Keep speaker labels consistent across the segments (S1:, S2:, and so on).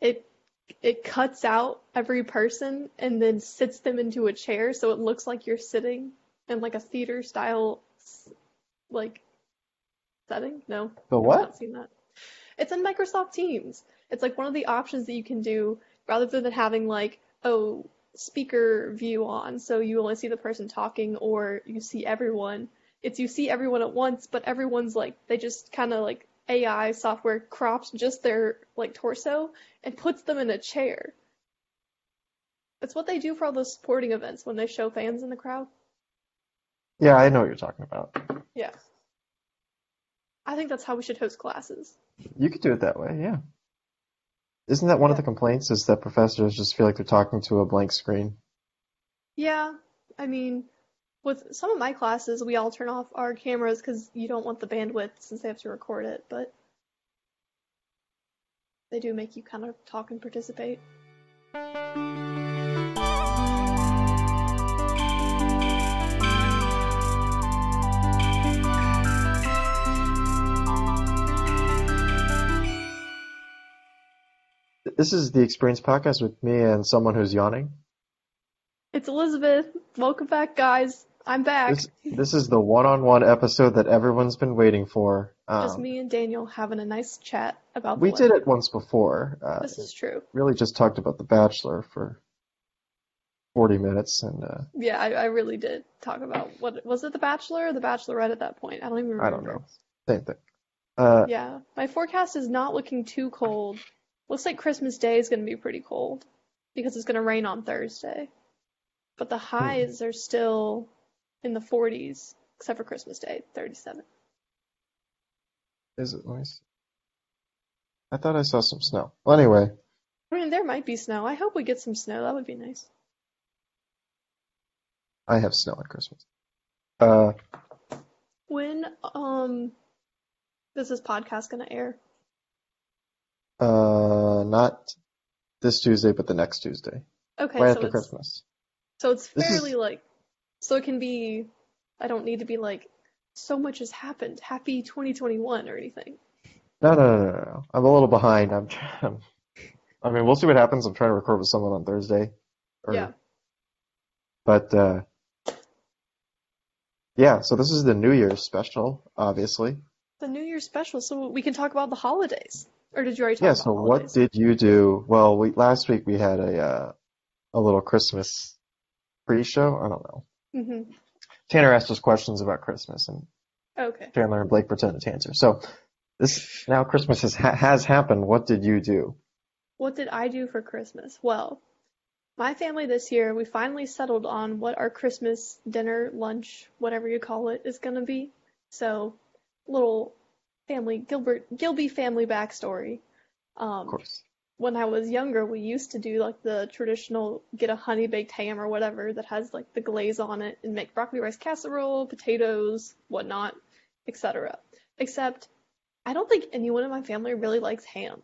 S1: It it cuts out every person and then sits them into a chair so it looks like you're sitting in like a theater style like setting. No.
S2: The
S1: I've
S2: what?
S1: not seen that. It's in Microsoft Teams. It's like one of the options that you can do rather than having like, oh, speaker view on, so you only see the person talking or you see everyone. It's you see everyone at once, but everyone's like, they just kind of like AI software crops just their like torso and puts them in a chair. That's what they do for all those sporting events when they show fans in the crowd.
S2: Yeah, I know what you're talking about.
S1: Yeah. I think that's how we should host classes.
S2: You could do it that way, yeah. Isn't that one of the complaints is that professors just feel like they're talking to a blank screen?
S1: Yeah, I mean, with some of my classes, we all turn off our cameras because you don't want the bandwidth since they have to record it, but they do make you kind of talk and participate.
S2: This is the Experience Podcast with me and someone who's yawning.
S1: It's Elizabeth. Welcome back, guys. I'm back.
S2: This this is the one-on-one episode that everyone's been waiting for.
S1: Just
S2: Um,
S1: me and Daniel having a nice chat about the
S2: we did
S1: weather.
S2: it once before. Uh,
S1: This is true.
S2: really just talked about The Bachelor for 40 minutes and uh,
S1: Yeah, I, I really did talk about what was it, The Bachelor or The Bachelorette at that point? I don't even
S2: I don't
S1: remember.
S2: know. Same thing. Uh,
S1: Yeah, my forecast is not looking too cold. Looks like Christmas Day is going to be pretty cold because it's going to rain on Thursday. But the highs are still in the 40s, except for Christmas Day, 37.
S2: is it? Let me see. I thought I saw some snow. Well, anyway,
S1: I mean, there might be snow. I hope we get some snow. That would be nice.
S2: I have snow at Christmas. Uh,
S1: When um is this podcast going to air?
S2: uh, not this Tuesday, but the next Tuesday,
S1: Okay,
S2: right
S1: so
S2: after
S1: it's
S2: Christmas.
S1: so it's
S2: This is-
S1: fairly like so it can be I don't need to be like so much has happened. Happy 2021 or anything.
S2: No, no, no, no, no. I'm a little behind. I'm, I'm, I mean, we'll see what happens. I'm trying to record with someone on Thursday, or,
S1: Yeah.
S2: but uh, yeah. So this is the New Year's special, obviously.
S1: The New Year's special, so we can talk about the holidays. Or did you already talk
S2: Yeah,
S1: about
S2: so what
S1: holidays?
S2: did you do? Well, we last week we had a uh, a little Christmas pre-show. I don't know.
S1: hmm
S2: Tanner asked us questions about Christmas, and
S1: Okay.
S2: Chandler and Blake pretended to answer. So this now Christmas has ha- has happened. What did you do?
S1: What did I do for Christmas? Well, my family this year, we finally settled on what our Christmas dinner, lunch, whatever you call it, is gonna be. So, little family Gilbert Gilby family backstory.
S2: Of
S1: Um,
S2: course.
S1: when I was younger, we used to do like the traditional get a honey baked ham or whatever that has like the glaze on it and make broccoli rice casserole, potatoes, whatnot, etc. Except I don't think anyone in my family really likes ham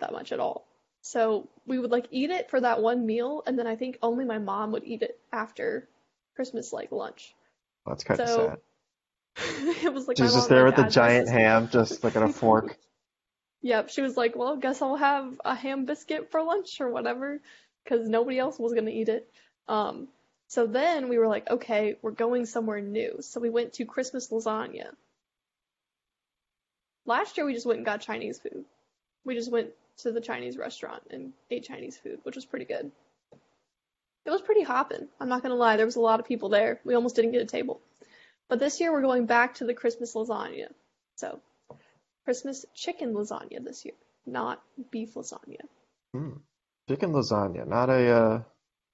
S1: that much at all. So we would like eat it for that one meal, and then I think only my mom would eat it after Christmas like lunch.
S2: That's kind of
S1: So,
S2: sad.
S1: It was like my
S2: She's just
S1: mom, my
S2: there with the
S1: dad, my
S2: giant
S1: sister.
S2: ham, just like at a fork.
S1: Yep, she was like, "Well, guess I'll have a ham biscuit for lunch or whatever," because nobody else was gonna eat it. Um, so then we were like, "Okay, we're going somewhere new." So we went to Christmas lasagna. Last year we just went and got Chinese food. We just went to the Chinese restaurant and ate Chinese food, which was pretty good. It was pretty hopping. I'm not gonna lie, there was a lot of people there. We almost didn't get a table. But this year we're going back to the Christmas lasagna. So Christmas chicken lasagna this year, not beef lasagna.
S2: Mm. Chicken lasagna, not a uh,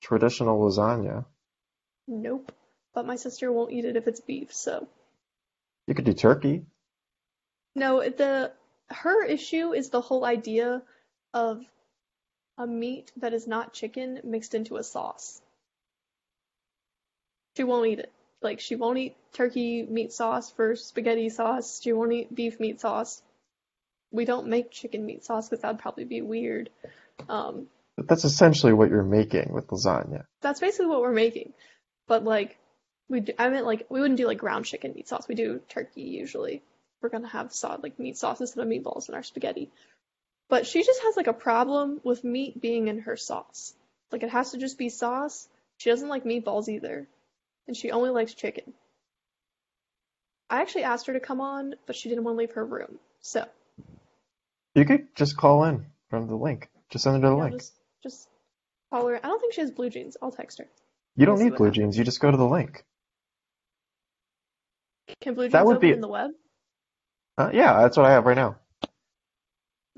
S2: traditional lasagna.
S1: Nope. But my sister won't eat it if it's beef, so.
S2: You could do turkey.
S1: No, the her issue is the whole idea of a meat that is not chicken mixed into a sauce. She won't eat it. Like she won't eat turkey meat sauce for spaghetti sauce. She won't eat beef meat sauce. We don't make chicken meat sauce because that'd probably be weird. Um,
S2: But that's essentially what you're making with lasagna.
S1: that's basically what we're making. But like, we do, I meant like we wouldn't do like ground chicken meat sauce. We do turkey usually. We're gonna have sod like meat sauce instead of meatballs in our spaghetti. But she just has like a problem with meat being in her sauce. Like it has to just be sauce. She doesn't like meatballs either. And she only likes chicken. I actually asked her to come on, but she didn't want to leave her room. So
S2: You could just call in from the link. Just send her the
S1: yeah,
S2: link.
S1: just just call her. I don't think she has blue jeans. I'll text her.
S2: You don't
S1: we'll see
S2: need
S1: what
S2: blue
S1: happens.
S2: jeans. You just go to the link.
S1: Can blue jeans
S2: That would
S1: open
S2: be-
S1: in the web?
S2: Uh, yeah, that's what I have right now.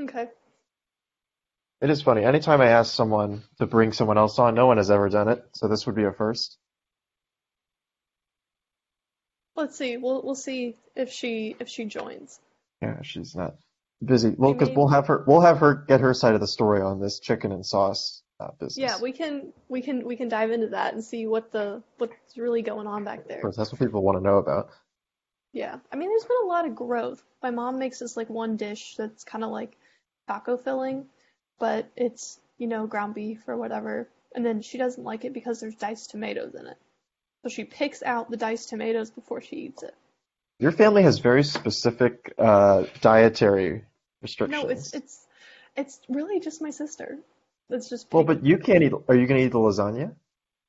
S1: Okay.
S2: It is funny. Anytime I ask someone to bring someone else on, no one has ever done it, so this would be a first.
S1: Let's see. We'll we'll see if she if she joins.
S2: Yeah, she's not busy. Well,
S1: I
S2: because
S1: mean-
S2: we'll have her, we'll have her get her side of the story on this chicken and sauce uh,
S1: Yeah,
S2: business.
S1: we can we can we can dive into that and see what the what's really going on back there.
S2: Of course, that's what people want to know about.
S1: Yeah. I mean, there's been a lot of growth. My mom makes this like one dish that's kind of like taco filling, but it's, you know, ground beef or whatever. And then she doesn't like it because there's diced tomatoes in it. So she picks out the diced tomatoes before she eats it.
S2: Your family has very specific uh, dietary
S1: No, it's
S2: restrictions.
S1: it's it's really just my sister. It's just
S2: Well,
S1: picky.
S2: but you can't eat. Are you going to eat the lasagna?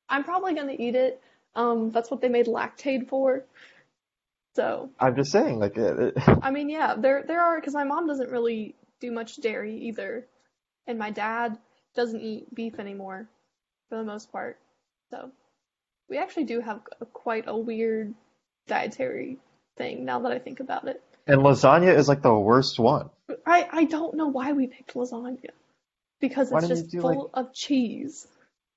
S1: I'm probably gonna eat it. Um, that's what they made lactaid for. So,
S2: I'm just saying, like, uh, it, it,
S1: I mean, yeah, there there are because my mom doesn't really do much dairy either, and my dad doesn't eat beef anymore for the most part. So we actually do have a, quite a weird dietary thing now that I think about it.
S2: and lasagna is like the worst one.
S1: But I I don't know why we picked lasagna because
S2: Why
S1: it's
S2: don't you
S1: just
S2: do, like-
S1: full of cheese.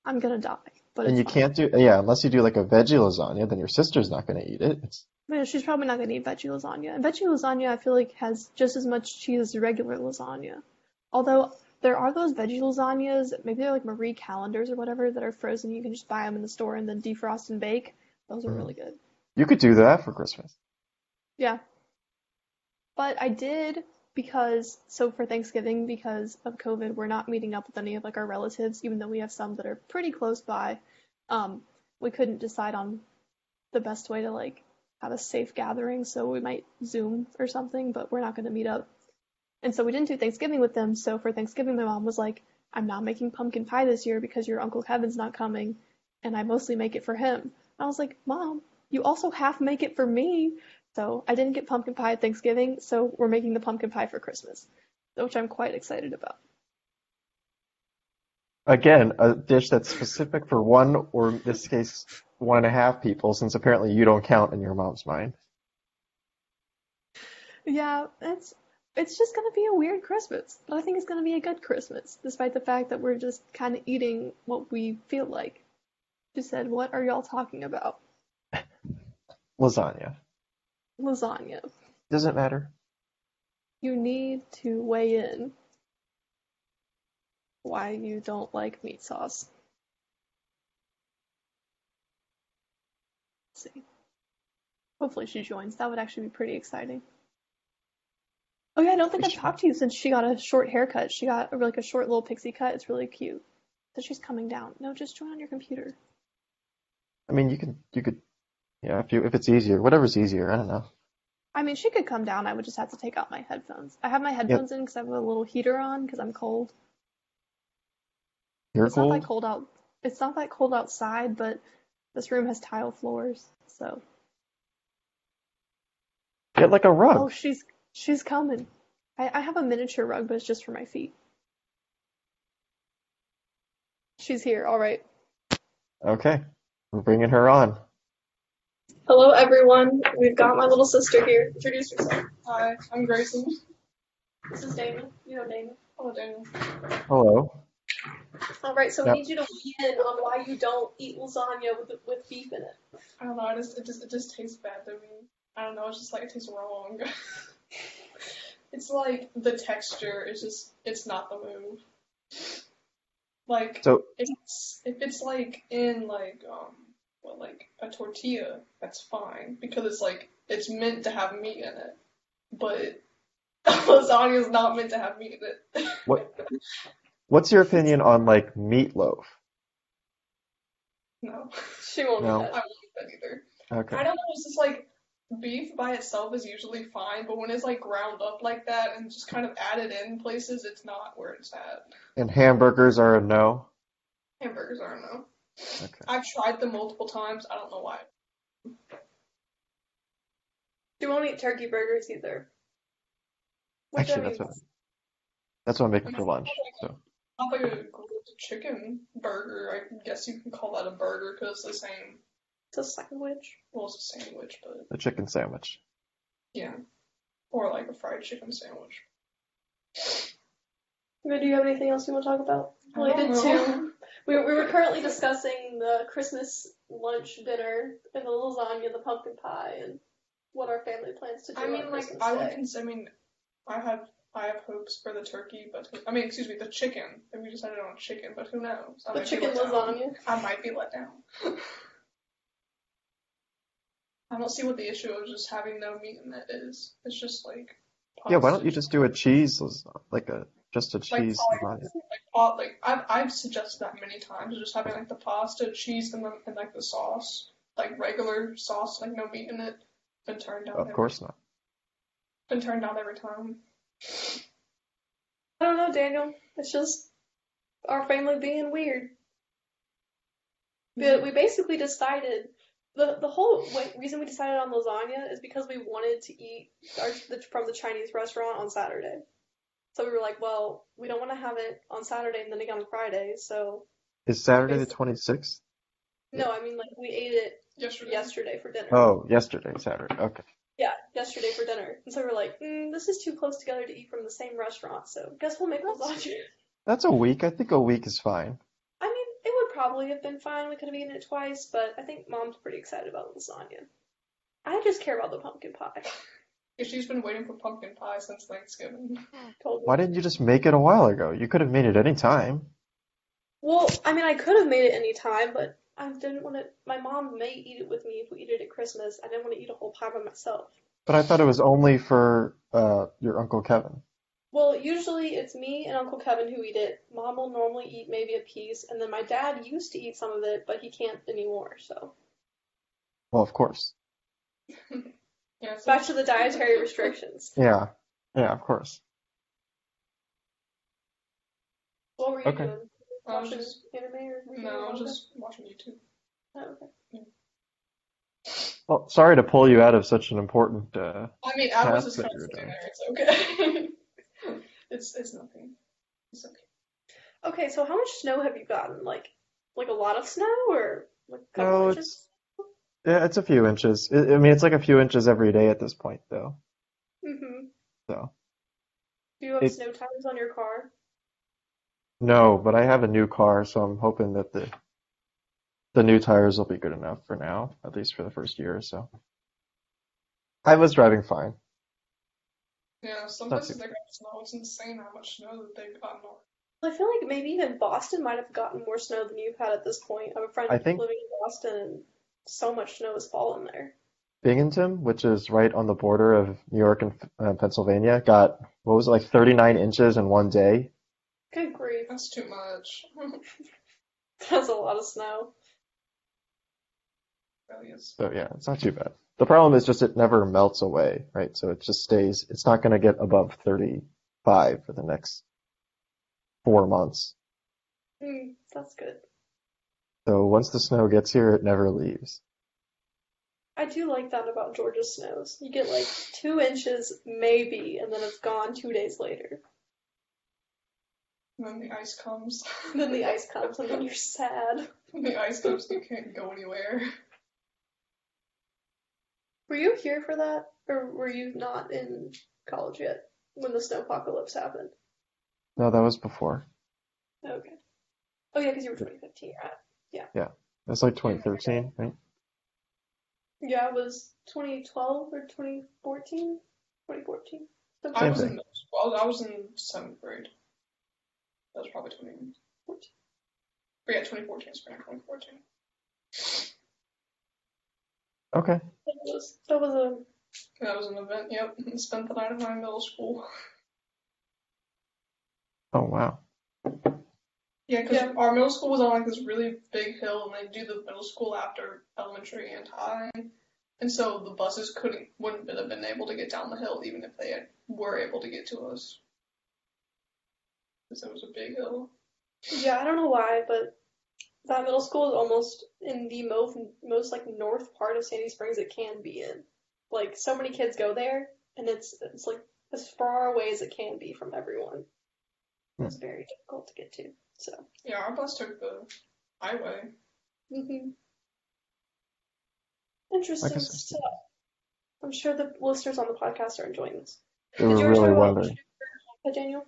S1: I'm gonna die, but it's
S2: And you
S1: fine.
S2: can't do, yeah, unless you do like a veggie lasagna, then your sister's not going to eat it. It's,
S1: Yeah, she's probably not gonna eat veggie lasagna. And veggie lasagna, I feel like, has just as much cheese as regular lasagna. Although there are those veggie lasagnas, maybe they're like Marie Callender's or whatever, that are frozen. You can just buy them in the store and then defrost and bake. Those are
S2: Mhm.
S1: really good.
S2: you could do that for Christmas.
S1: Yeah. But I did because, so for Thanksgiving, because of COVID, we're not meeting up with any of like our relatives, even though we have some that are pretty close by. Um, we couldn't decide on the best way to like have a safe gathering, so we might Zoom or something, but we're not going to meet up. And so we didn't do Thanksgiving with them. So for Thanksgiving, my mom was like, I'm not making pumpkin pie this year because your Uncle Kevin's not coming, and I mostly make it for him. And I was like, Mom, you also half make it for me. So I didn't get pumpkin pie at Thanksgiving, so we're making the pumpkin pie for Christmas, which I'm quite excited about.
S2: Again, a dish that's specific for one, or in this case, one and a half people, since apparently you don't count in your mom's mind.
S1: Yeah, it's it's just gonna be a weird Christmas, but I think it's gonna be a good Christmas, despite the fact that we're just kind of eating what we feel like. She said, "What are y'all talking about?
S2: Lasagna.
S1: Lasagna.
S2: Doesn't matter.
S1: You need to weigh in why you don't like meat sauce." Let's see. Hopefully she joins. That would actually be pretty exciting. Oh yeah, I don't think I've talked to you since she got a short haircut. She got a, like a short little pixie cut. It's really cute. So she's coming down. No, just join on your computer.
S2: I mean, you can, you could, yeah, if you, if it's easier, whatever's easier. I don't know.
S1: I mean, she could come down. I would just have to take out my headphones. I have my headphones in because I have a little heater on because I'm cold.
S2: You're
S1: It's not that
S2: cool.
S1: cold out. It's not that cold outside, but this room has tile floors. So,
S2: Get like a
S1: oh,
S2: rug.
S1: she's she's coming. I, I have a miniature rug, but it's just for my feet. She's here. All right.
S2: Okay. We're bringing her on.
S1: Hello, everyone. We've got my little sister here. Introduce yourself.
S3: Hi, I'm Grayson.
S1: This is Damon. You know Damon.
S3: Hello, Daniel.
S2: Hello.
S1: All right, so
S2: Yep.
S1: we need you to weigh in on why you don't eat lasagna with with beef in it.
S3: I don't know. I just, it just it just tastes bad to me. I don't know. It's just like it tastes wrong. it's like the texture is just it's not the move. Like
S2: So-
S3: if it's if it's like in like um what like a tortilla that's fine because it's like it's meant to have meat in it, but lasagna is not meant to have meat in it.
S2: What, what's your opinion on like meatloaf?
S3: no,
S1: She won't
S2: No.
S1: do
S3: I
S1: that.
S3: won't eat that either.
S2: Okay.
S3: I don't know. It's just like beef by itself is usually fine, but when it's like ground up like that and just kind of added in places, it's not where it's at.
S2: And hamburgers are a no.
S3: Hamburgers, I don't know.
S2: Okay.
S3: I've tried them multiple times. I don't know why.
S1: She won't eat turkey burgers either. Which
S2: Actually,
S1: I mean,
S2: that's what that's what I'm making for lunch. So
S3: Not like a grilled chicken burger. I guess you can call that a burger because it's the same.
S1: it's a sandwich.
S3: Well, it's a sandwich, but
S2: a chicken sandwich.
S3: yeah, or like a fried chicken sandwich.
S1: But do you have anything else you want to talk about?
S3: I
S1: Well, I did
S3: don't
S1: too. We, we were currently discussing the Christmas lunch dinner and the lasagna, the pumpkin pie, and what our family plans to do
S3: I mean,
S1: on
S3: like
S1: Christmas
S3: I would
S1: Day.
S3: cons- I mean, I have I have hopes for the turkey, but who- I mean, excuse me, the chicken. If we decided on chicken, but who knows? I
S1: the
S3: might be
S1: chicken
S3: let down.
S1: lasagna.
S3: I might be let down. I don't see what the issue of just having no meat in it is. It's just like
S2: Yeah, why
S3: pasta.
S2: don't you just do a cheese lasagna, like a just a
S3: like
S2: cheese
S3: all-
S2: lasagna?
S3: like, all- like I've I've suggested that many times, just having like the pasta, cheese, and then and like the sauce, like regular sauce, like no meat in it. Been turned down.
S2: Of
S3: every-
S2: course not.
S3: Been turned down every time.
S1: I don't know, Daniel. It's just our family being weird. But we basically decided the the whole wa- reason we decided on lasagna is because we wanted to eat our, the, from the Chinese restaurant on Saturday. So we were like, well, we don't want to have it on Saturday and then again on Friday. So
S2: Is Saturday the 26th?
S1: no, I mean like we ate it
S3: Yesterday.
S1: yesterday for dinner.
S2: Oh, yesterday, Saturday. Okay.
S1: Yeah, yesterday for dinner. And so we're like, mm, this is too close together to eat from the same restaurant. So guess we'll make lasagna.
S2: That's a week. I think a week is fine.
S1: I mean, it would probably have been fine. We could have eaten it twice, but I think mom's pretty excited about lasagna. I just care about the pumpkin pie.
S3: Yeah, she's been waiting for pumpkin pie since Thanksgiving.
S1: Told
S2: Why
S1: me.
S2: didn't you just make it a while ago? You could have made it any time.
S1: Well, I mean, I could have made it any time, but I didn't want to. My mom may eat it with me if we eat it at Christmas. I didn't want to eat a whole pie by myself.
S2: But I thought it was only for uh, your Uncle Kevin.
S1: Well, usually it's me and Uncle Kevin who eat it. Mom will normally eat maybe a piece, and then my dad used to eat some of it, but he can't anymore, so.
S2: Well, of course.
S3: Yeah, it's
S1: Back to the dietary restrictions.
S2: Yeah. Yeah, of course.
S1: What were you
S2: Okay.
S1: doing?
S3: I was
S1: Watching
S3: Um, just-
S1: anime or reading
S3: no, I was
S1: manga?
S3: just watching YouTube.
S1: Oh, okay.
S2: Well, sorry to pull you out of such an important uh,
S3: I mean, I was
S2: That's
S3: just
S2: what
S3: kind of
S2: you're doing.
S3: sitting there. It's okay. it's it's nothing. It's okay.
S1: Okay, so how much snow have you gotten? Like, like a lot of snow, or like a couple
S2: No,
S1: inches?
S2: it's yeah, it's a few inches. I I mean, it's like a few inches every day at this point, though.
S1: hmm
S2: So
S1: Do you have
S2: It-
S1: snow tires on your car?
S2: no, but I have a new car, so I'm hoping that the the new tires will be good enough for now, at least for the first year or so. I was driving fine.
S3: Yeah, some
S2: That's
S3: places they got snow. It's insane how much snow that they've gotten. on-
S1: I feel like maybe even Boston might have gotten more snow than you've had at this point. I have a friend
S2: I think-
S1: living in Boston, and so much snow has fallen there.
S2: Binghamton, which is right on the border of New York and uh, Pennsylvania, got what was it like 39 inches in one day?
S1: Good grief,
S3: That's too much. It
S1: that's a lot of snow.
S3: really is.
S2: So yeah, it's not too bad. The problem is just it never melts away, right? So it just stays, it's not going to get above 35 for the next four months.
S1: Mm, that's good.
S2: So once the snow gets here, it never leaves.
S1: I do like that about Georgia snows. You get like two inches maybe, and then it's gone two days later.
S3: And then the ice comes.
S1: Then the ice comes, and then you're sad.
S3: When the ice comes, you can't go anywhere.
S1: Were you here for that, or were you not in college yet when the snowpocalypse happened?
S2: No, that was before.
S1: Okay. Oh yeah, because you were 2015, right?
S2: That's like 2013, right?
S1: Yeah, it was 2012 or 2014? 2014.
S3: I
S2: Same
S3: was
S2: thing.
S3: in well, I was in seventh grade. That was probably 2014. But yeah, 2014 spring 2014.
S2: Okay.
S1: That was that was a
S3: That was an event. Yep, and spent the night at my middle school.
S2: Oh, wow.
S3: Yeah, 'cause
S1: Yeah.
S3: our middle school was on like this really big hill, and they do the middle school after elementary and high. And so the buses couldn't wouldn't have been able to get down the hill even if they had, were able to get to us. Because it was a big hill.
S1: Yeah, I don't know why, but that middle school is almost in the most most like north part of Sandy Springs it can be in. Like so many kids go there, and it's it's like as far away as it can be from everyone.
S2: Hmm.
S1: It's very difficult to get to. So
S3: Yeah, our bus took the highway.
S1: hmm interesting
S2: Mm-hmm. I guess I see.
S1: stuff. I'm sure the listeners on the podcast are enjoying this.
S2: They
S1: Did
S2: were
S1: you ever
S2: really
S1: talk about
S2: wondering.
S1: Hanukkah, Daniel?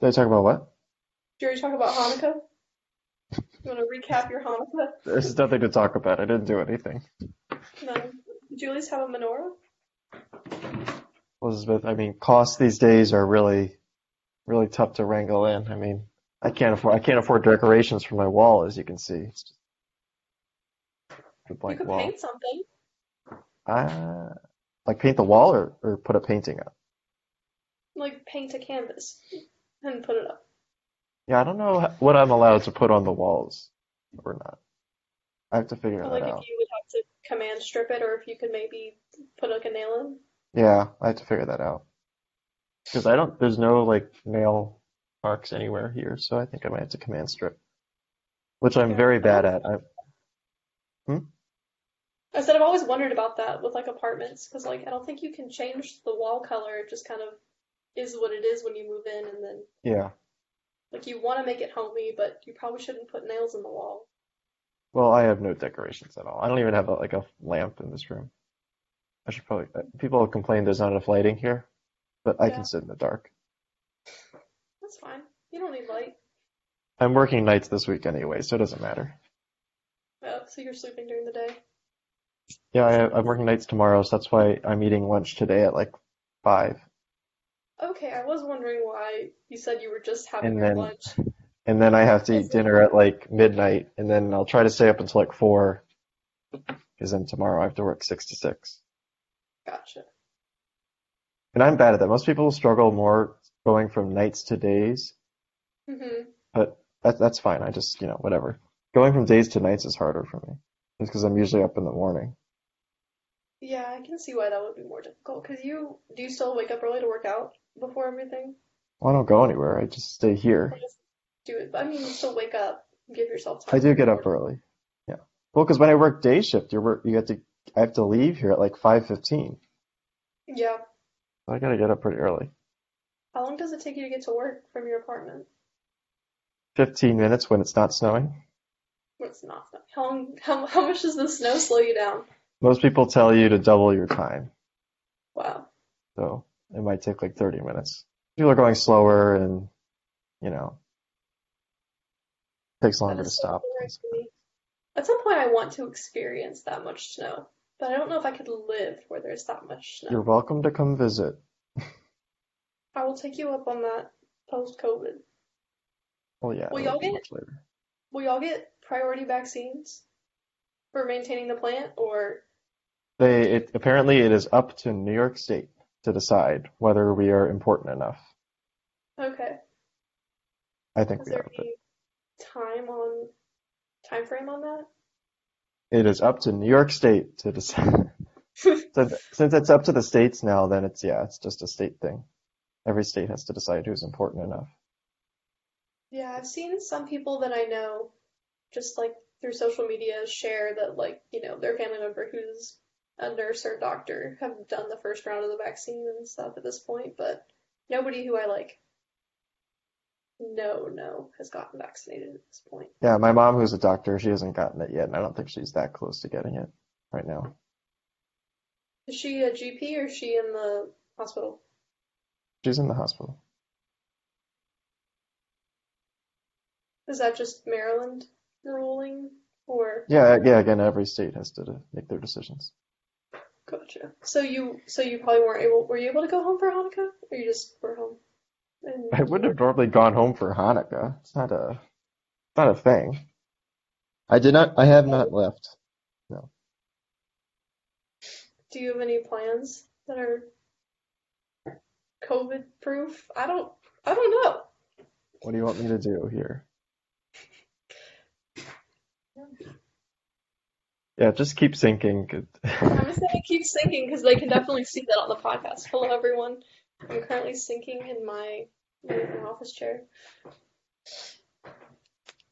S2: Did I talk about what?
S1: Did you already talk about Hanukkah? You want to recap your Hanukkah?
S2: There's nothing to talk about. I didn't do anything.
S1: No. Did you at least have a menorah?
S2: Elizabeth, I mean, costs these days are really, really tough to wrangle in. I mean, I can't afford I can't afford decorations for my wall, as you can see. It's just a
S1: You
S2: blank
S1: could
S2: wall.
S1: paint something.
S2: Uh, like paint the wall or, or put a painting up.
S1: Like paint a canvas and put it up.
S2: Yeah, I don't know h- what I'm allowed to put on the walls or not. I have to figure
S1: Or
S2: that
S1: like if
S2: out.
S1: you would have to command strip it or if you could maybe put like a nail in.
S2: Yeah, I have to figure that out. Because I don't, there's no like nail marks anywhere here, so I think I might have to command strip, which I'm
S1: Yeah.
S2: very bad at. I,
S1: I said I've always wondered about that with like apartments because like I don't think you can change the wall color. It just kind of is what it is when you move in and then
S2: yeah.
S1: like you want to make it homey, but you probably shouldn't put nails in the wall.
S2: Well, I have no decorations at all. I don't even have a, like a lamp in this room. I should probably, uh, people have complained there's not enough lighting here, but I can
S1: Yeah.
S2: sit in the dark.
S1: That's fine. You don't need light.
S2: I'm working nights this week anyway, so it doesn't matter.
S1: Oh, so you're sleeping during the day.
S2: Yeah, I, I'm working nights tomorrow, so that's why I'm eating lunch today at like five.
S1: Okay, I was wondering why you said you were just having
S2: And
S1: your
S2: then-
S1: lunch.
S2: And then I have to
S1: Is
S2: eat
S1: it-
S2: dinner at like midnight, and then I'll try to stay up until like four, because then tomorrow I have to work six to six.
S1: Gotcha.
S2: And I'm bad at that. Most people struggle more going from nights to days,
S1: hmm
S2: but that, that's fine. I just, you know, whatever. Going from days to nights is harder for me, just because I'm usually up in the morning.
S1: Yeah, I can see why that would be more difficult. Cause you do you still wake up early to work out before everything?
S2: Well, I don't go anywhere. I just stay here.
S1: Or just do it? I mean, you still wake up, give yourself
S2: I
S1: time.
S2: do get up early. Yeah. Well, because when I work day shift, you're work, you have to, I have to leave here at like 5:15.
S1: Yeah.
S2: So I gotta get up pretty early.
S1: How long does it take you to get to work from your apartment?
S2: 15 minutes when it's not snowing.
S1: Well, It's not. How long? How, how much does the snow slow you down?
S2: Most people tell you to double your time,
S1: Wow.
S2: so it might take like 30 minutes. People are going slower and, you know, takes
S1: That
S2: longer to
S1: is so
S2: stop.
S1: boring to me. At some point, I want to experience that much snow, but I don't know if I could live where there's that much snow.
S2: You're welcome to come visit.
S1: I will take you up on that post COVID.
S2: Well, yeah,
S1: Well,
S2: it'll
S1: y'all
S2: be
S1: get-
S2: much later.
S1: Will y'all get priority vaccines for maintaining the plant, or
S2: They, it, apparently it is up to New York State to decide whether we are important enough.
S1: okay?
S2: I think
S1: Is
S2: we
S1: there
S2: are, but
S1: any time on time frame on that?
S2: it is up to New York State to decide. Since, since it's up to the states now, then it's, yeah, it's just a state thing. Every state has to decide who's important enough.
S1: Yeah, I've seen some people that I know just like through social media share that like, you know, their family member who's a nurse or doctor have done the first round of the vaccine and stuff at this point, but nobody who I like know know has gotten vaccinated at this point.
S2: Yeah, my mom, who's a doctor, she hasn't gotten it yet, and I don't think she's that close to getting it right now.
S1: Is she a GP or is she in the hospital?
S2: She's in the hospital.
S1: Is that just Maryland ruling or
S2: Yeah, yeah, again, every state has to de- make their decisions.
S1: gotcha. So you so you probably weren't able were you able to go home for Hanukkah? Or you just were home? And
S2: I wouldn't have normally gone home for Hanukkah. It's not a, it's not a thing. I did not, I have not left.
S1: Do you have any plans that are COVID proof? I don't I don't know.
S2: What do you want me to do here? Yeah, just keep sinking.
S1: I'm just gonna keep sinking because they can definitely see that on the podcast. Hello, everyone. I'm currently sinking in my, my office chair.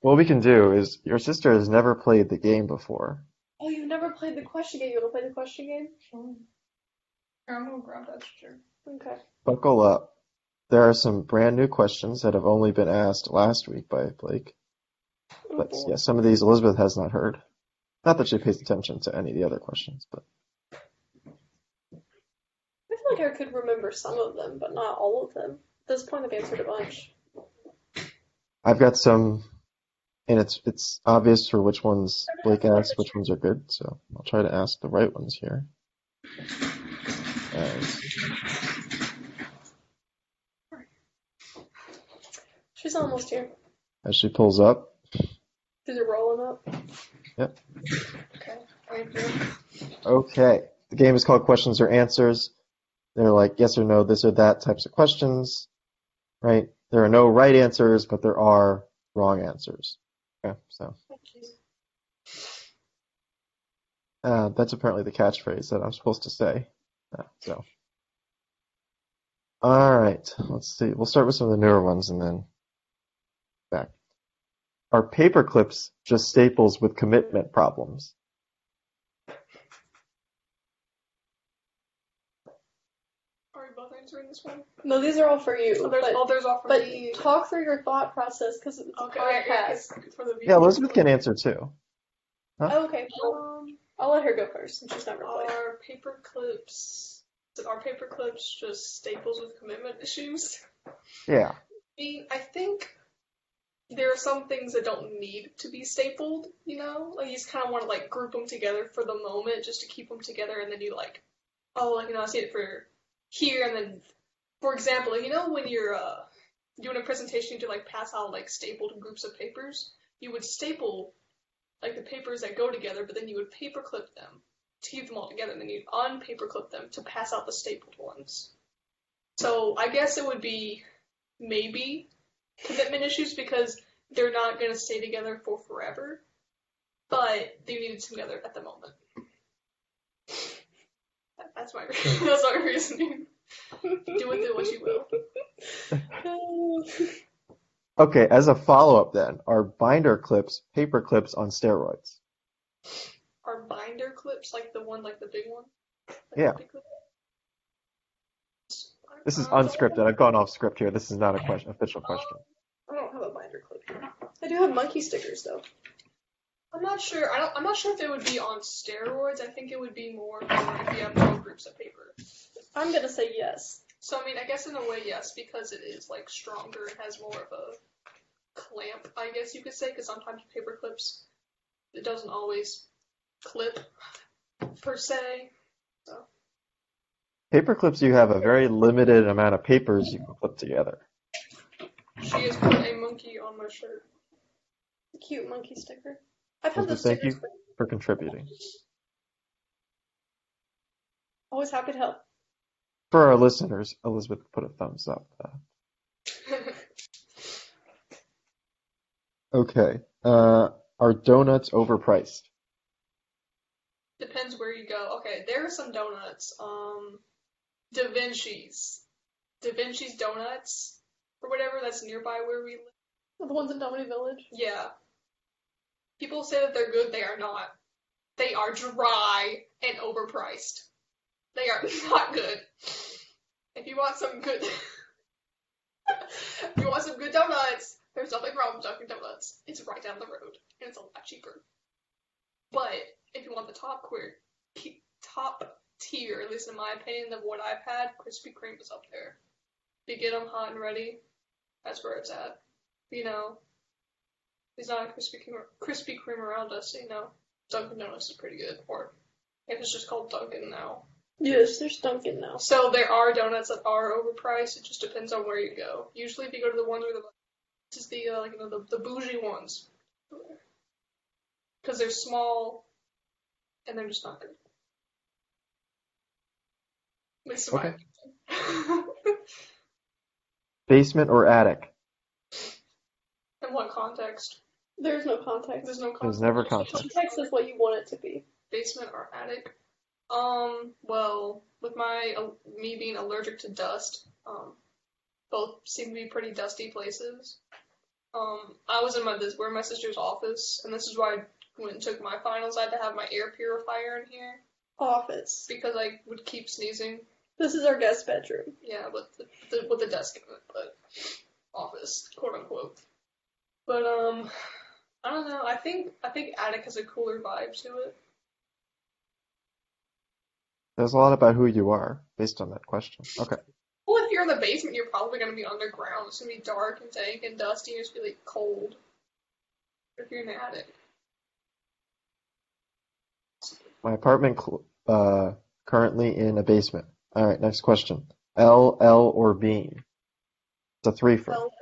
S2: What we can do is your sister has never played the game before.
S1: Oh, you've never played the question game. You want to play the question game?
S3: Sure. I'm gonna grab that chair.
S1: Okay.
S2: Buckle up. There are some brand new questions that have only been asked last week by Blake.
S1: Oh,
S2: But
S1: boy.
S2: yeah, some of these Elizabeth has not heard. Not that she pays attention to any of the other questions, but
S1: I feel like I could remember some of them, but not all of them. At this point, I've answered a bunch.
S2: I've got some, and it's it's obvious for which ones Blake asked, which ones are good. So I'll try to ask the right ones here. As-
S1: She's almost here.
S2: as she pulls up,
S1: Is it rolling up?
S2: Yep.
S1: Okay. Thank you.
S2: Okay. The game is called Questions or Answers. They're like yes or no, this or that types of questions, right? There are no right answers, but there are wrong answers. Okay, so uh, that's apparently the catchphrase that I'm supposed to say. Uh, so, all right, let's see. We'll start with some of the newer ones and then back. Are paper clips just staples with commitment problems?
S3: Are we both answering this one?
S1: No, these are all for you.
S3: Oh, there's,
S1: but
S3: oh, there's all for
S1: but
S3: me.
S1: talk through your thought process because it's a
S3: Okay,
S1: podcast.
S3: it's for the
S2: Yeah,
S3: viewers.
S2: Elizabeth can answer too.
S1: Oh, okay, cool.
S3: Um,
S1: I'll let her go first since she's never played.
S3: are paper clips? Are paper clips just staples with commitment issues?
S2: Yeah.
S3: I mean, I think there are some things that don't need to be stapled, you know? Like, you just kind of want to, like, group them together for the moment just to keep them together, and then you, like, oh, like, you know, I see it for here, and then, for example, you know, when you're uh, doing a presentation, you do, like, pass out, like, stapled groups of papers? You would staple, like, the papers that go together, but then you would paperclip them to keep them all together, and then you'd unpaperclip them to pass out the stapled ones. So, I guess it would be maybe commitment issues because they're not going to stay together for forever, but they needed together at the moment. That- That's my that's my reasoning. Do with it what you will.
S2: Okay, as a follow-up then, are binder clips paper clips on steroids?
S3: Are binder clips like the one, like the big one? Like
S2: Yeah.
S3: the big clip?
S2: This is
S3: Uh,
S2: unscripted. I've gone off script here. This is not a question, official question.
S1: I don't have a binder clip. here. I do have monkey stickers though.
S3: I'm not sure. I don't. I'm not sure if it would be on steroids. I think it would be more if you have more groups of paper.
S1: I'm gonna say yes.
S3: So I mean, I guess in a way, yes, because it is like stronger and has more of a clamp, I guess you could say, because sometimes paper clips, it doesn't always clip per se.
S2: Paper clips, you have a very limited amount of papers you can clip together.
S3: She has put a monkey on my shirt.
S1: Cute monkey sticker. I've had
S2: Well,
S1: those
S2: thank
S1: stickers.
S2: you.
S1: for-
S2: For contributing.
S1: Always happy to help.
S2: For our listeners, Elizabeth put a thumbs up. Uh, okay. Uh, are donuts overpriced?
S3: Depends where you go. Okay, there are some donuts. Um, Da Vinci's, Da Vinci's Donuts, or whatever that's nearby where we live.
S1: The ones in Domini Village.
S3: Yeah. People say that they're good, they are not. They are dry and overpriced. They are not good. If you want some good if you want some good donuts, there's nothing wrong with Dunkin' Donuts. It's right down the road and it's a lot cheaper. But if you want the top queer ke- top tier, at least in my opinion, of what I've had, Krispy Kreme is up there. If you get them hot and ready, that's where it's at. You know, there's not a Krispy Kreme, Krispy Kreme around us, you know. Dunkin' Donuts is pretty good, or I guess it's just called Dunkin' now.
S1: Yes, there's Dunkin' now.
S3: So there are donuts that are overpriced. It just depends on where you go. Usually, if you go to the ones where the this is the uh, like you know the, the bougie ones, because they're small and they're just not good. It's my opinion.
S2: Basement or attic?
S3: In what context?
S1: There's no context.
S3: There's no context.
S2: There's never context.
S1: Context is what you want it to be.
S3: basement or attic? Um, well, with my uh, me being allergic to dust, um, both seem to be pretty dusty places. Um, I was in my this we're in my sister's office, and this is why I went and took my finals. I had to have my air purifier in here
S1: Office.
S3: because I would keep sneezing.
S1: This is our guest bedroom.
S3: Yeah, with the, the with the desk in it, but office, quote unquote. But um, I don't know. I think I think attic has a cooler vibe to it.
S2: There's a lot about who you are based on that question. Okay.
S3: Well, if you're in the basement, you're probably gonna be underground. It's gonna be dark and dank and dusty. and It's gonna be like cold. If you're in the attic,
S2: My apartment cl- uh, currently in a basement. All right, next question. L, L, or Bean? It's a three for.
S3: L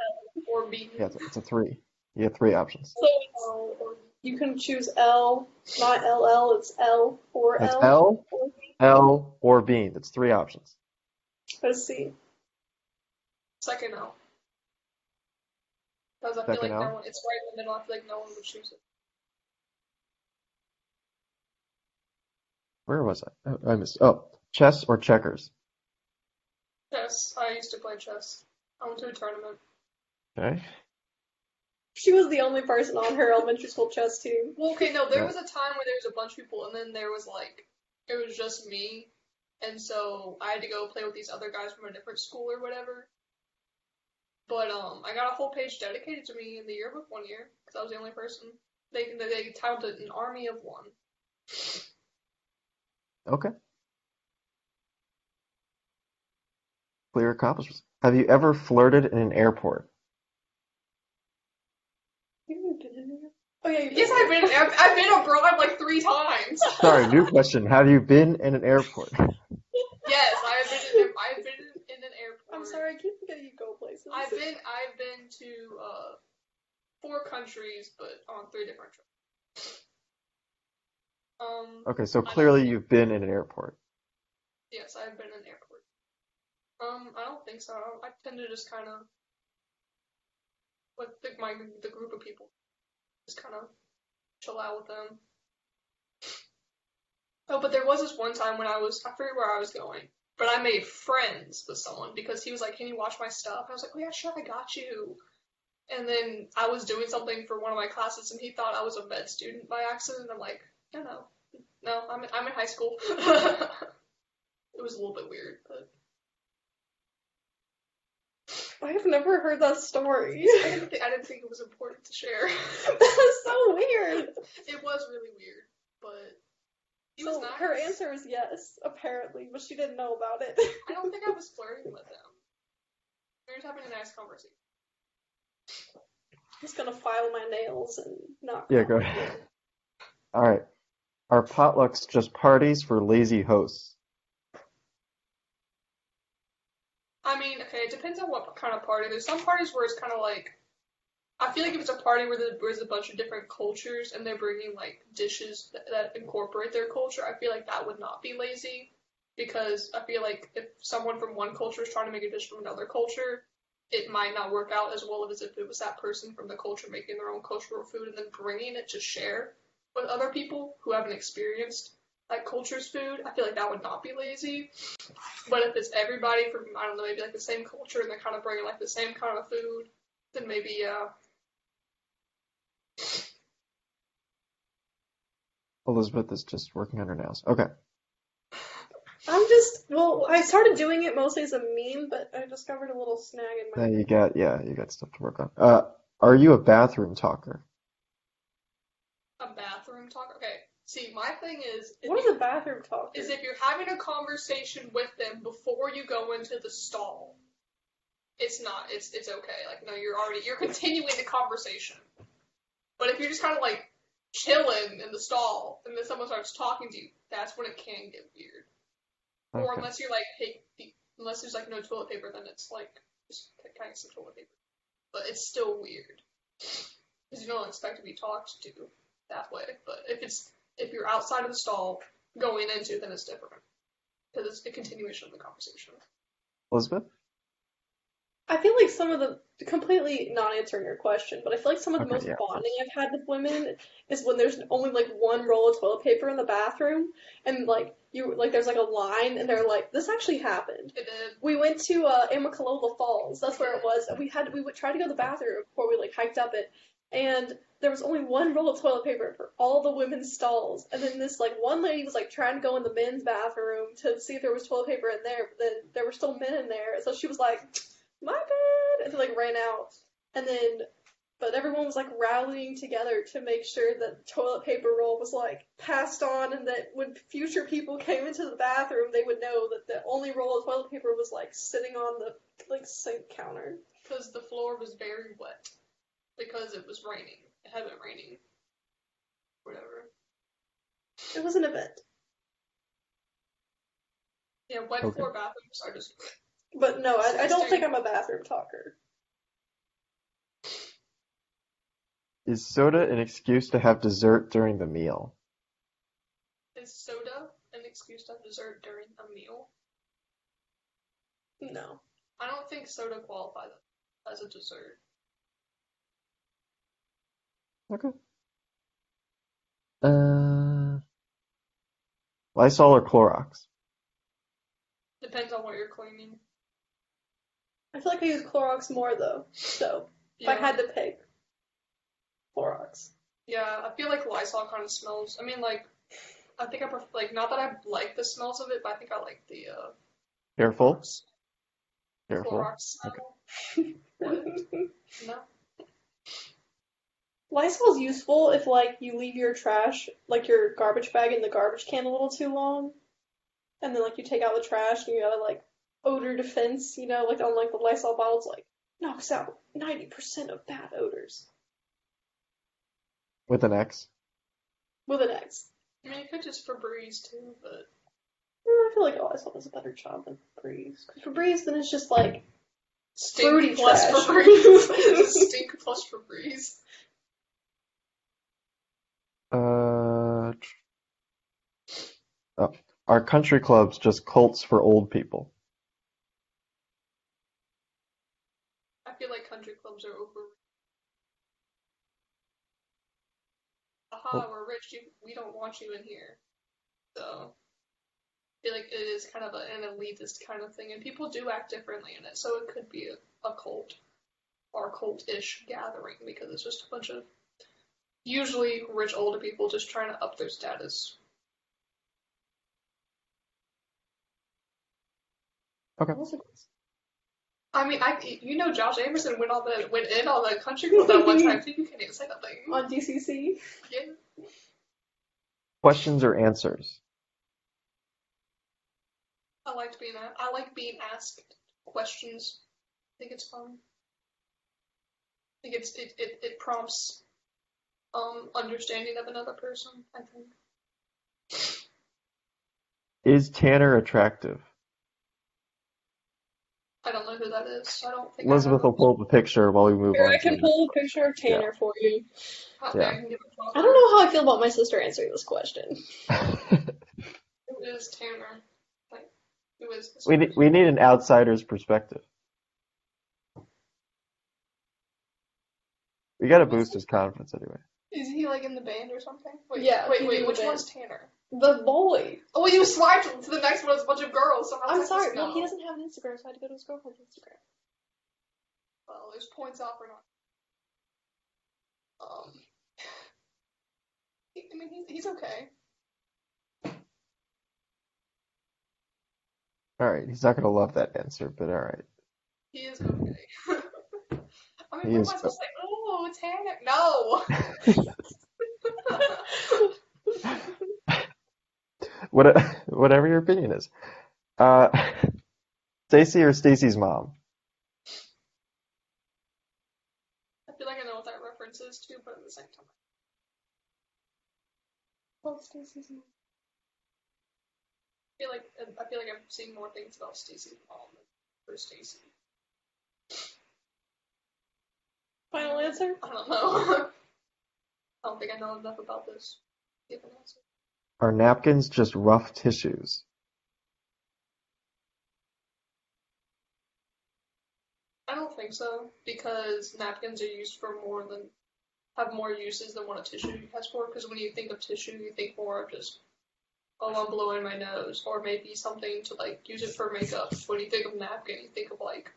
S3: or B.
S2: Yeah, it's a- it's a three. You have three options.
S1: So
S3: L or
S1: you can choose L, not LL, it's L or
S2: It's
S1: L.
S2: L,
S1: or
S2: L, or Bean. It's three options.
S1: Let's see.
S3: second L. Because I
S2: Second
S3: feel like
S2: L?
S3: no one. It's right in the middle. I feel like no one would choose it.
S2: Where was I? I I missed. Oh, chess or checkers?
S3: Chess. I used to play chess. I went to a tournament.
S2: Okay.
S1: She was the only person on her elementary school chess team.
S3: Well, okay, no, there
S2: Yeah.
S3: was a time where there was a bunch of people, and then there was like, it was just me, and so I had to go play with these other guys from a different school or whatever. But um, I got a whole page dedicated to me in the yearbook one year because I was the only person. They they, they titled it an army of one.
S2: Okay. Clear accomplishments. Have you ever flirted in an airport?
S1: You been in there? Oh yeah, you've
S3: Yes, I've been I've, I've been abroad like three times.
S2: Sorry, new question. Have you been in an airport?
S3: Yes, I've been in, I've been in an airport.
S1: I'm sorry, I keep forgetting you go places.
S3: I've been I've been to uh four countries, but on three different trips. Um.
S2: Okay, so clearly you've been in an airport.
S3: Yes, I've been in airport. Um. I don't think so. I, don't, I tend to just kind of with the, my the group of people, just kind of chill out with them. Oh, but there was this one time when I was I forget where I was going, but I made friends with someone because he was like, "Can you watch my stuff?" I was like, "Oh yeah, sure, I got you." And then I was doing something for one of my classes, and he thought I was a med student by accident. I'm like, no, no, no, I'm in, I'm in high school. it was a little bit weird, but
S1: I have never heard that story.
S3: I didn't, think, I didn't think it was important to share.
S1: That's so weird.
S3: it was really weird, but he was
S1: So
S3: nice.
S1: her answer is yes, apparently, but she didn't know about it.
S3: I don't think I was flirting with him. We were just having a nice conversation.
S1: I'm just gonna file my nails and not.
S2: Yeah, go ahead. All right. Are potlucks just parties for lazy hosts?
S3: I mean, okay, it depends on what kind of party. There's some parties where it's kind of like, I feel like if it's a party where there- where there's a bunch of different cultures and they're bringing like dishes that, that incorporate their culture, I feel like that would not be lazy because I feel like if someone from one culture is trying to make a dish from another culture, it might not work out as well as if it was that person from the culture making their own cultural food and then bringing it to share with other people who haven't experienced that culture's food. I feel like that would not be lazy. But if it's everybody from I don't know, maybe like the same culture and they're kind of bringing like the same kind of food, then maybe uh
S2: Elizabeth is just working on her nails. Okay.
S1: I'm just well, I started doing it mostly as a meme, but I discovered a little snag in
S2: Now
S1: my.
S2: you got, yeah, you got stuff to work on. Uh, are you a bathroom talker?
S3: a bathroom talk. Okay, see, my thing is if
S1: What
S3: you-
S1: is a bathroom talk?
S3: is if you're having a conversation with them before you go into the stall, it's not. It's it's okay. Like no, you're already you're continuing the conversation. But if you're just kind of like chilling in the stall and then someone starts talking to you, that's when it can get weird. Or
S2: Okay.
S3: unless you're like, hey, the- unless there's like no toilet paper, then it's like just c- kind of some toilet paper. But it's still weird because you don't expect to be talked to that way. But if it's if you're outside of the stall going into, then it's different because it's a continuation of the conversation.
S2: Elizabeth?
S1: I feel like some of the completely not answering your question, but I feel like some of the
S2: Okay,
S1: most
S2: yeah.
S1: bonding I've had with women is when there's only like one roll of toilet paper in the bathroom, and like you like there's like a line, and they're like, "This actually happened."
S3: It is.
S1: We went to uh, Amicalola Falls. That's where it was. and We had we would try to go to the bathroom before we like hiked up it, and there was only one roll of toilet paper for all the women's stalls. And then this like one lady was like trying to go in the men's bathroom to see if there was toilet paper in there, but then there were still men in there. So she was like, "My bad," and then, like ran out. And then, but everyone was like rallying together to make sure that the toilet paper roll was like passed on, and that when future people came into the bathroom, they would know that the only roll of toilet paper was like sitting on the like sink counter.
S3: Because the floor was very wet. Because it was raining. It had been raining. Whatever.
S1: It was an event,
S3: Yeah, wet
S2: Okay.
S3: floor bathrooms are just.
S1: but no, I, I don't think
S3: Interesting.
S1: I'm a bathroom talker.
S2: Is soda an excuse to have dessert during the meal?
S3: Is soda an excuse to have dessert during a meal?
S1: No,
S3: I don't think soda qualifies as a dessert.
S2: Okay. Uh, Lysol or Clorox?
S3: Depends on what you're cleaning.
S1: I feel like I use Clorox more though. So if I
S3: Yeah.
S1: had to pick, Clorox.
S3: Yeah, I feel like Lysol kind of smells. I mean, like, I think I prefer, like, not that I like the smells of it, but I think I like the, uh,
S2: Careful, careful.
S3: Clorox smell. No?
S1: Lysol's useful if like you leave your trash, like your garbage bag in the garbage can a little too long, and then like you take out the trash and you gotta like odor defense, you know, like on like the Lysol bottles, like knocks out ninety percent of bad odors
S2: With an X.
S1: with an X.
S3: I mean, you could just Febreze too, but
S1: Eh, I feel like Lysol does a better job than Febreze. Because Febreze then it's just like
S3: stink
S1: Fruity
S3: plus
S1: trash.
S3: Febreze. stink plus Febreze.
S2: Uh, tr- oh. Are country clubs just cults for old people?
S3: I feel like country clubs are overrated. Aha, we're rich. You, we don't want you in here. So, I feel like it is kind of a, an elitist kind of thing, and people do act differently in it. So it could be a, a cult or cult-ish gathering because it's just a bunch of usually rich older people just trying to up their status.
S2: Okay.
S3: I mean, I you know Josh Anderson went all the went in all the country club that one time. too. You can't even say that thing.
S1: on DCC.
S3: Yeah.
S2: Questions or answers?
S3: I liked being a- I like being asked questions. I think it's fun. I think it's it, it, it prompts um understanding of another person, I think.
S2: Is Tanner attractive?
S3: I don't know who that is. I don't think I
S2: Elizabeth
S3: have a-
S2: will pull up a picture while we move
S1: Here,
S2: on
S1: I
S2: to
S1: can pull a picture of Tanner for you.
S3: I think I
S2: yeah.
S3: can give a fuck.
S1: I don't know how I feel about my sister answering this question.
S3: Who is Tanner? Like who is this
S2: We
S3: person?
S2: need, we need an outsider's perspective. We gotta boost his confidence anyway.
S3: Is he like in the band or something? Wait,
S1: Yeah, he's
S3: wait,
S1: in
S3: wait,
S1: the
S3: which
S1: band.
S3: one's Tanner?
S1: The boy.
S3: Oh you swiped to the next one, it's a bunch of girls, so I
S1: I'm
S3: was like,
S1: sorry. Well, he
S3: no.
S1: doesn't have an Instagram, so I had to go to his girlfriend's Instagram.
S3: Well, there's points off or not. Um, he- I mean, he's, he's okay.
S2: Alright, he's not gonna love that answer, but alright.
S3: He is okay.
S2: He
S3: I mean, what am I
S2: is
S3: supposed to say? Oh, Tanner. No.
S2: What, whatever your opinion is. Uh, Stacy or Stacy's mom?
S3: I feel like I know what that reference is too, but at the same time,
S1: Well, Stacey's mom.
S3: I feel like I feel like I've seen more things about Stacy's mom than for Stacy.
S1: Final answer?
S3: I don't know. I don't think I know enough about this. to give an answer.
S2: Are napkins just rough tissues?
S3: I don't think so because napkins are used for more than have more uses than what a tissue has for. Because when you think of tissue, you think more of just oh, I'm blowing my nose, or maybe something to like use it for makeup. When you think of napkin, you think of like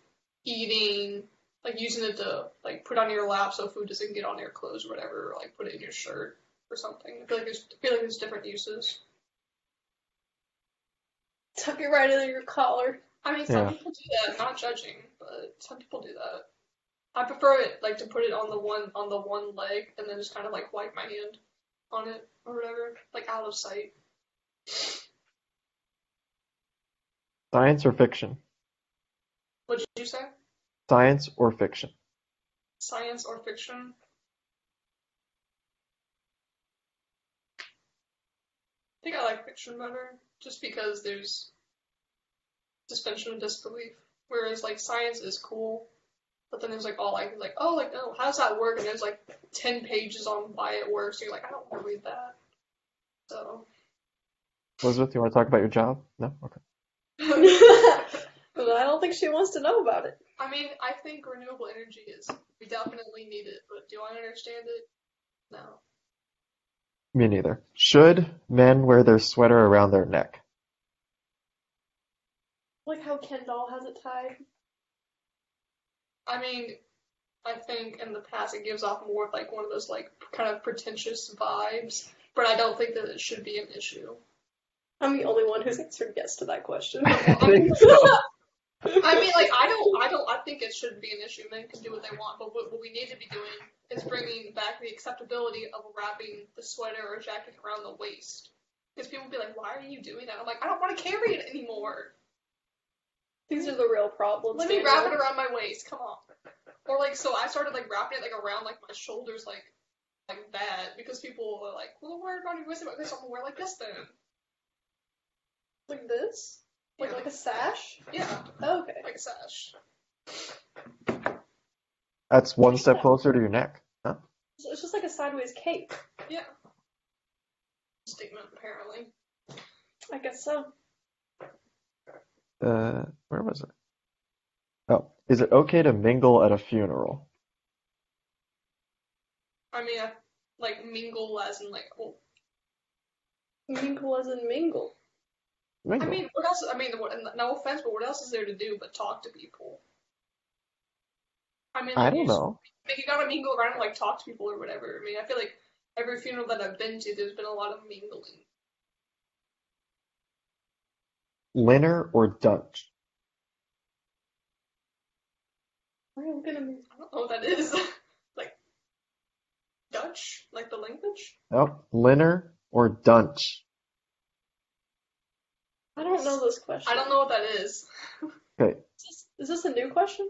S3: eating, like using it to like put on your lap so food doesn't get on your clothes or whatever, or like put it in your shirt or something. I feel like there's I feel like there's different uses. Tuck it right under your collar. I mean, some
S2: Yeah.
S3: people do that. Not judging, but some people do that. I prefer it like to put it on the one on the one leg and then just kind of like wipe my hand on it or whatever, like out of sight.
S2: Science or fiction?
S3: What did you say?
S2: Science or fiction?
S3: Science or fiction? I think I like fiction better, just because there's suspension of disbelief. Whereas like science is cool, but then there's like all like like oh like oh how does that work? And there's like ten pages on why it works. you're like I don't want to read that. So
S2: Elizabeth, you want to talk about your job? No? Okay.
S1: But I don't think she wants to know about it.
S3: I mean I think renewable energy is we definitely need it, but do I understand it? No.
S2: Me neither. Should men wear their sweater around their neck?
S1: Like how Ken doll has it tied.
S3: I mean, I think in the past it gives off more of like one of those like kind of pretentious vibes, but I don't think that it should be an issue.
S1: I'm the only one who's answered yes to that question.
S2: I think so.
S3: I mean, like I don't, I don't, I think it shouldn't be an issue. Men can do what they want, but what, what we need to be doing is bringing back the acceptability of wrapping the sweater or jacket around the waist. Because people be like, "Why are you doing that?" I'm like, "I don't want to carry it anymore.
S1: These are the real problems.
S3: Let me
S1: Daniel.
S3: wrap it around my waist. Come on." Or like, so I started like wrapping it like around like my shoulders, like like that, because people were like, "Well, why are you wasting about this? I'm gonna wear like this then."
S1: Like this? Like
S3: Yeah.
S1: like a sash? Oh,
S3: Yeah,
S1: Okay.
S3: like a sash.
S2: That's one step closer to your neck. Huh?
S1: So it's just like a sideways cape.
S3: Yeah. Statement apparently.
S1: I guess so.
S2: Uh, where was it? Oh, is it okay to mingle at a funeral?
S3: I mean, I, like mingle as in like, well,
S1: Mingle as in mingle.
S3: I
S2: Mingle.
S3: mean, what else? I mean, what, no offense, but what else is there to do but talk to people? I mean,
S2: I
S3: like,
S2: don't
S3: you just-
S2: know.
S3: Like, you gotta mingle around and like talk to people or whatever. I mean, I feel like every funeral that I've been to, there's been a lot of mingling.
S2: Linner or Dunch?
S1: Where am I gonna move?
S3: I don't know what that is. like Dutch, like the language.
S2: Nope. Linner or Dunch?
S1: I don't know this question.
S3: I don't know what that is.
S2: Okay,
S1: Is this, is this a new question?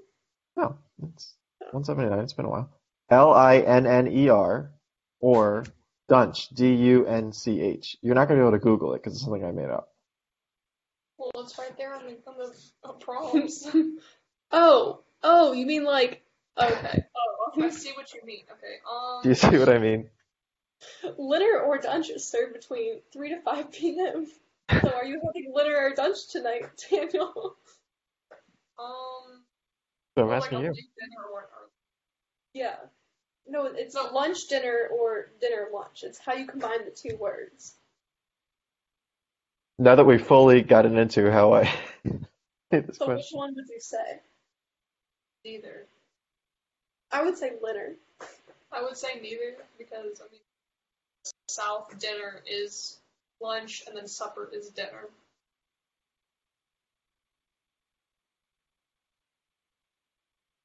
S2: no, it's 179. It's been a while. L-I-N-N-E-R E or Dunch, D-U-N-C-H. You're not going to be able to Google it because it's something I made up.
S3: Well, it's right there on the on the uh, prompts.
S1: Oh, oh, you mean like okay.
S3: oh, I see what you mean. Okay. Um.
S2: Do you see what I mean?
S1: Litter or dunch is served between 3 to 5 p.m. So are you having litter or dunch tonight, Daniel?
S3: Um.
S1: Oh
S2: So I'm
S3: like
S2: asking
S3: a
S2: you.
S3: late dinner or an early-
S1: Yeah. No, it's
S3: No.
S1: lunch, dinner, or dinner, lunch. It's how you combine the two words.
S2: Now that we've fully gotten into how I made this
S1: So which
S2: question,
S1: one would you say?
S3: Neither.
S1: I would say litter.
S3: I would say neither because I mean, South dinner is lunch and then supper is dinner.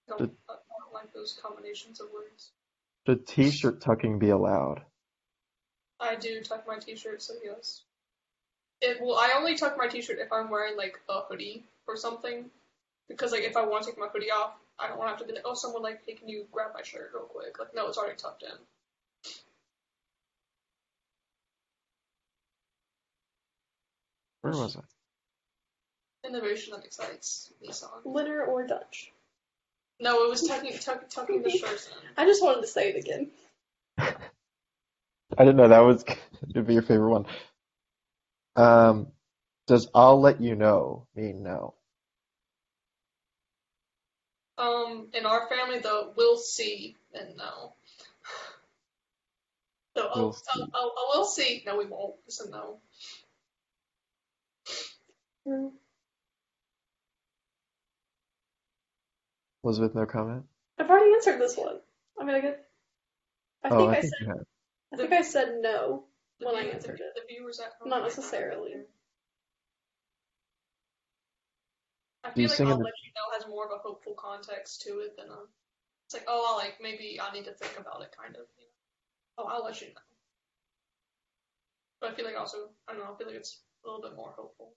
S3: Don't, uh,
S2: Did-
S3: I don't like those combinations of words.
S2: should t-shirt tucking be allowed?
S3: I do tuck my t-shirt, so yes. It well, I only tuck my t-shirt if I'm wearing like a hoodie or something, because like if I want to take my hoodie off, I don't want to have to be like, oh, someone like, hey, can you grab my shirt real quick? Like, no, it's already tucked in.
S2: Where was I?
S3: Innovation that excites Nissan.
S1: Litter or dunch.
S3: No, it was tucking tuck, tucking the shirts in.
S1: I just wanted to say it again.
S2: I didn't know that was gonna be your favorite one. Um, does I'll let you know mean no?
S3: Um, in our family, though, we'll see and no. So I'll,
S2: We'll
S3: I'll-
S2: see.
S3: I'll- I will see. No, we won't. It's a no.
S2: Elizabeth, no comment.
S1: I've already answered this one. I mean, I guess. I
S2: oh,
S1: think I,
S2: I think
S1: said.
S2: you have.
S1: I think I said no
S3: The
S1: when I
S3: viewers-
S1: answered it.
S3: The viewers at home
S1: Not
S3: might have
S1: necessarily.
S3: been. I
S2: Do you
S3: feel like
S2: sing in
S3: I'll
S2: the-
S3: let you know has more of a hopeful context to it than a. It's like, oh, I'll like maybe I need to think about it, kind of. You know? Oh, I'll let you know. But I feel like also, I don't know. I feel like it's a little bit more hopeful.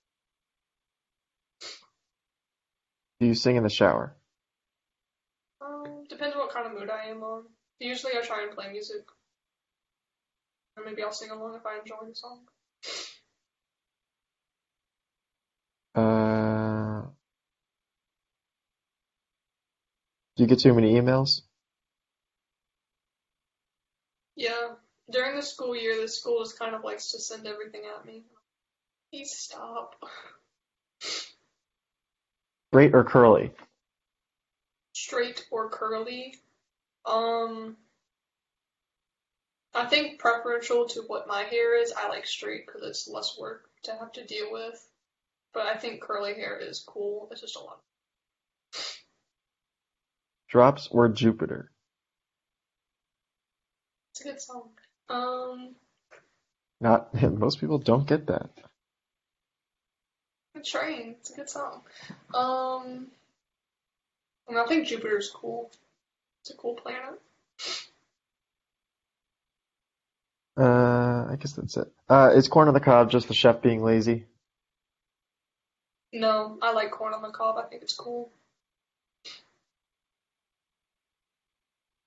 S2: Do you sing in the shower?
S3: Um, depends on what kind of mood I am on. Usually I try and play music. Or maybe I'll sing along if I enjoy the song.
S2: Uh, do you get too many emails?
S3: Yeah. During the school year, the school just kind of likes to send everything at me. Please stop.
S2: Straight or curly?
S3: Straight or curly? Um, I think preferential to what my hair is, I like straight because it's less work to have to deal with. But I think curly hair is cool. It's just a lot.
S2: Drops or Jupiter?
S3: It's a good song. Um,
S2: Not most people don't get that.
S3: The Train. It's a good song. Um, and I think Jupiter's cool. It's a cool planet.
S2: Uh, I guess that's it. Uh, is corn on the cob just the chef being lazy?
S3: No, I like Corn on the Cob. I think it's cool.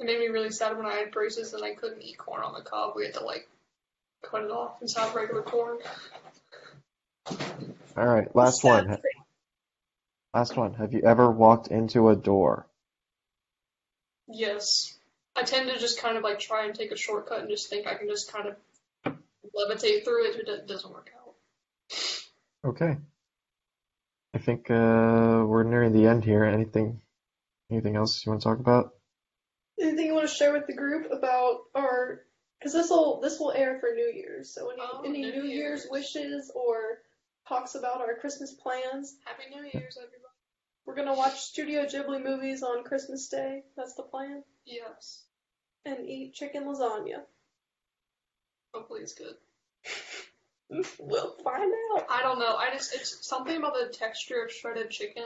S3: It made me really sad when I had braces and I couldn't eat corn on the cob. We had to like cut it off and have regular corn.
S2: All right, last one.
S3: Sad thing.
S2: Last one. Have you ever walked into a door?
S3: Yes. I tend to just kind of like try and take a shortcut and just think I can just kind of levitate through it, but it doesn't work out.
S2: Okay. I think uh, we're nearing the end here. Anything, anything else you want to talk about?
S1: Anything you want to share with the group about our? Because this will this will air for New Year's. So any
S3: Oh,
S1: any
S3: New
S1: New Year's
S3: Year's.
S1: wishes or talks about our Christmas plans.
S3: Happy New Year's, everybody.
S1: We're gonna watch Studio Ghibli movies on Christmas Day. That's the plan.
S3: Yes.
S1: And eat chicken lasagna.
S3: Hopefully it's good.
S1: We'll find out.
S3: I don't know. I just it's something about the texture of shredded chicken.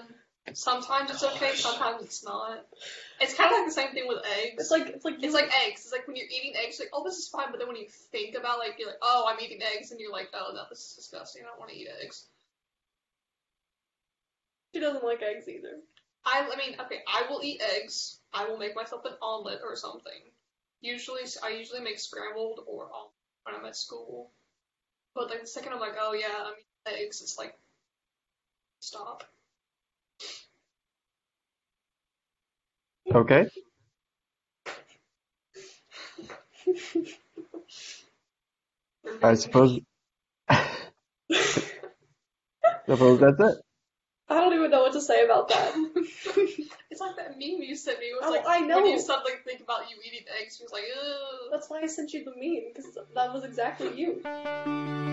S3: Sometimes it's okay, sometimes it's not. It's kind of like the same thing with eggs.
S1: It's like it's like
S3: It's like eggs. It's like when you're eating eggs, you're like, oh, this is fine. But then when you think about like you're like, oh, I'm eating eggs, and you're like, oh no, this is disgusting. I don't want to eat eggs.
S1: she doesn't like eggs either.
S3: I I mean, okay, I will eat eggs. I will make myself an omelet or something. Usually, I usually make scrambled or omelet when I'm at school. But like the second I'm like, oh yeah, I'm eating eggs, it's like, stop.
S2: Okay. I suppose. suppose that's it.
S1: I don't even know what to say about that.
S3: it's like that meme you sent me. It was
S1: Oh,
S3: like
S1: I know.
S3: when you suddenly think about you eating eggs, she was like, ugh.
S1: That's why I sent you the meme because that was exactly you.